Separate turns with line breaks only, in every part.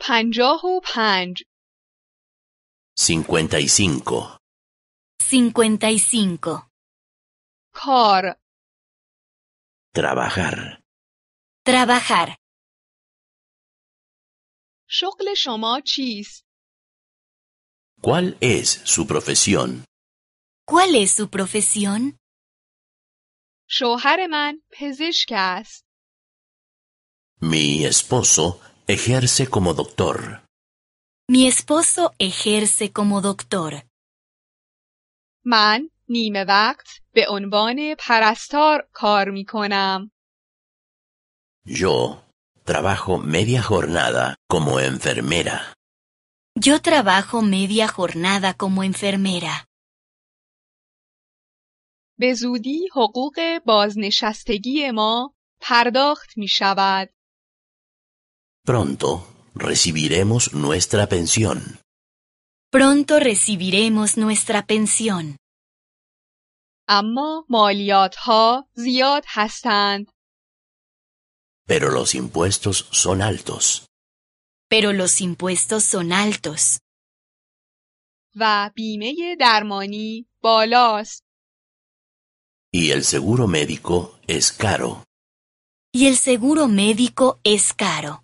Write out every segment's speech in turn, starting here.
پنجاه و پنج
55.
55.
کار
Trabajar.
Trabajar.
شغل شما چیست؟
¿Cuál es su profesión?
¿Cuál es su profesión?
شوهر من پزشک است.
Mi esposo ejerce como doctor.
Mi esposo ejerce como doctor.
من نیمه وقت به عنوان پرستار کار می کنم.
Yo trabajo media jornada como enfermera.
Yo trabajo media jornada como enfermera.
به زودی حقوق بازنشستگی ما پرداخت می شود.
Pronto recibiremos nuestra pensión.
Pronto recibiremos nuestra pensión,
اما مالیات ها زیاد هستند.
Pero los impuestos son altos.
pero los impuestos son altos
و بیمه درمانی بالاست.
Y el seguro médico es caro.
y el seguro médico es caro.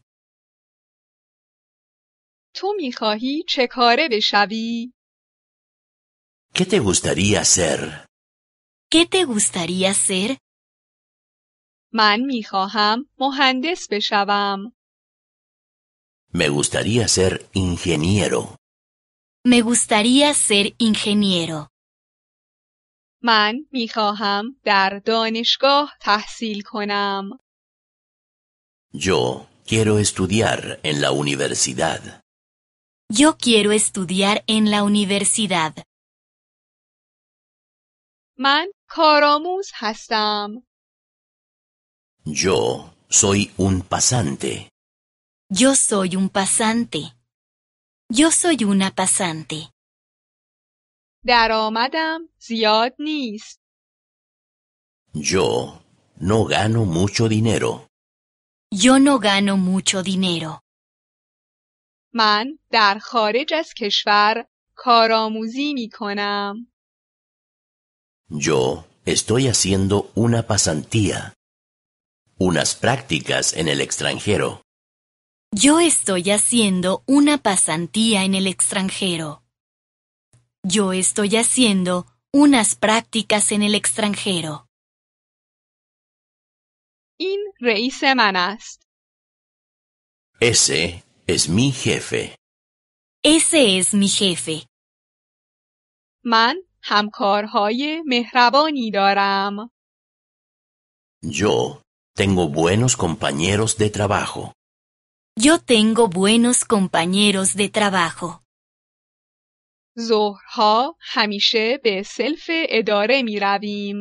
تو می خواهی چه کاره بشوی؟
¿Qué te gustaría hacer?
¿Qué te gustaría ser?
من می خواهم مهندس بشوم.
Me gustaría ser ingeniero.
Me gustaría ser ingeniero.
من می خواهم در دانشگاه تحصیل کنم.
Yo quiero estudiar en la universidad.
Yo quiero estudiar en la universidad.
من کارآموز هستم.
Yo soy un pasante.
Yo soy un pasante. Yo soy una pasante.
درآمدم زیاد نیست.
Yo no gano mucho dinero.
Yo no gano mucho dinero.
من در خارج از کشور کارآموزی می کنم.
Yo estoy haciendo una pasantía. Unas prácticas en el extranjero.
Yo estoy haciendo una pasantía en el extranjero. Yo estoy haciendo unas prácticas en el extranjero.
این رئیس من است.
Ese es mi jefe.
Ese es mi jefe.
من همکارهای مهربانی دارم.
Yo tengo buenos compañeros de trabajo.
Yo tengo buenos compañeros de trabajo.
ظهرها همیشه به سلف اداره می رویم.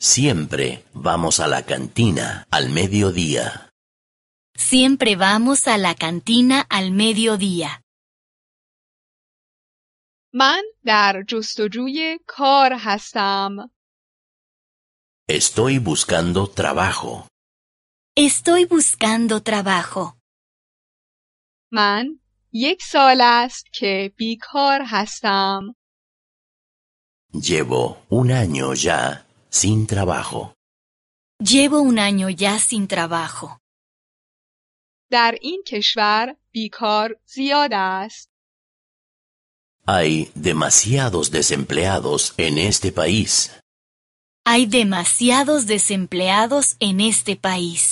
Siempre vamos a la cantina al mediodía.
Siempre vamos a la cantina al mediodía.
من در جستجوی کار هستم.
Estoy buscando trabajo.
Estoy buscando trabajo.
من یک سال است که بیکار هستم.
Llevo un año ya sin trabajo.
Llevo un año ya sin trabajo.
در این کشور بیکار زیاد است.
Hay demasiados desempleados en este país.
Hay demasiados desempleados en este país.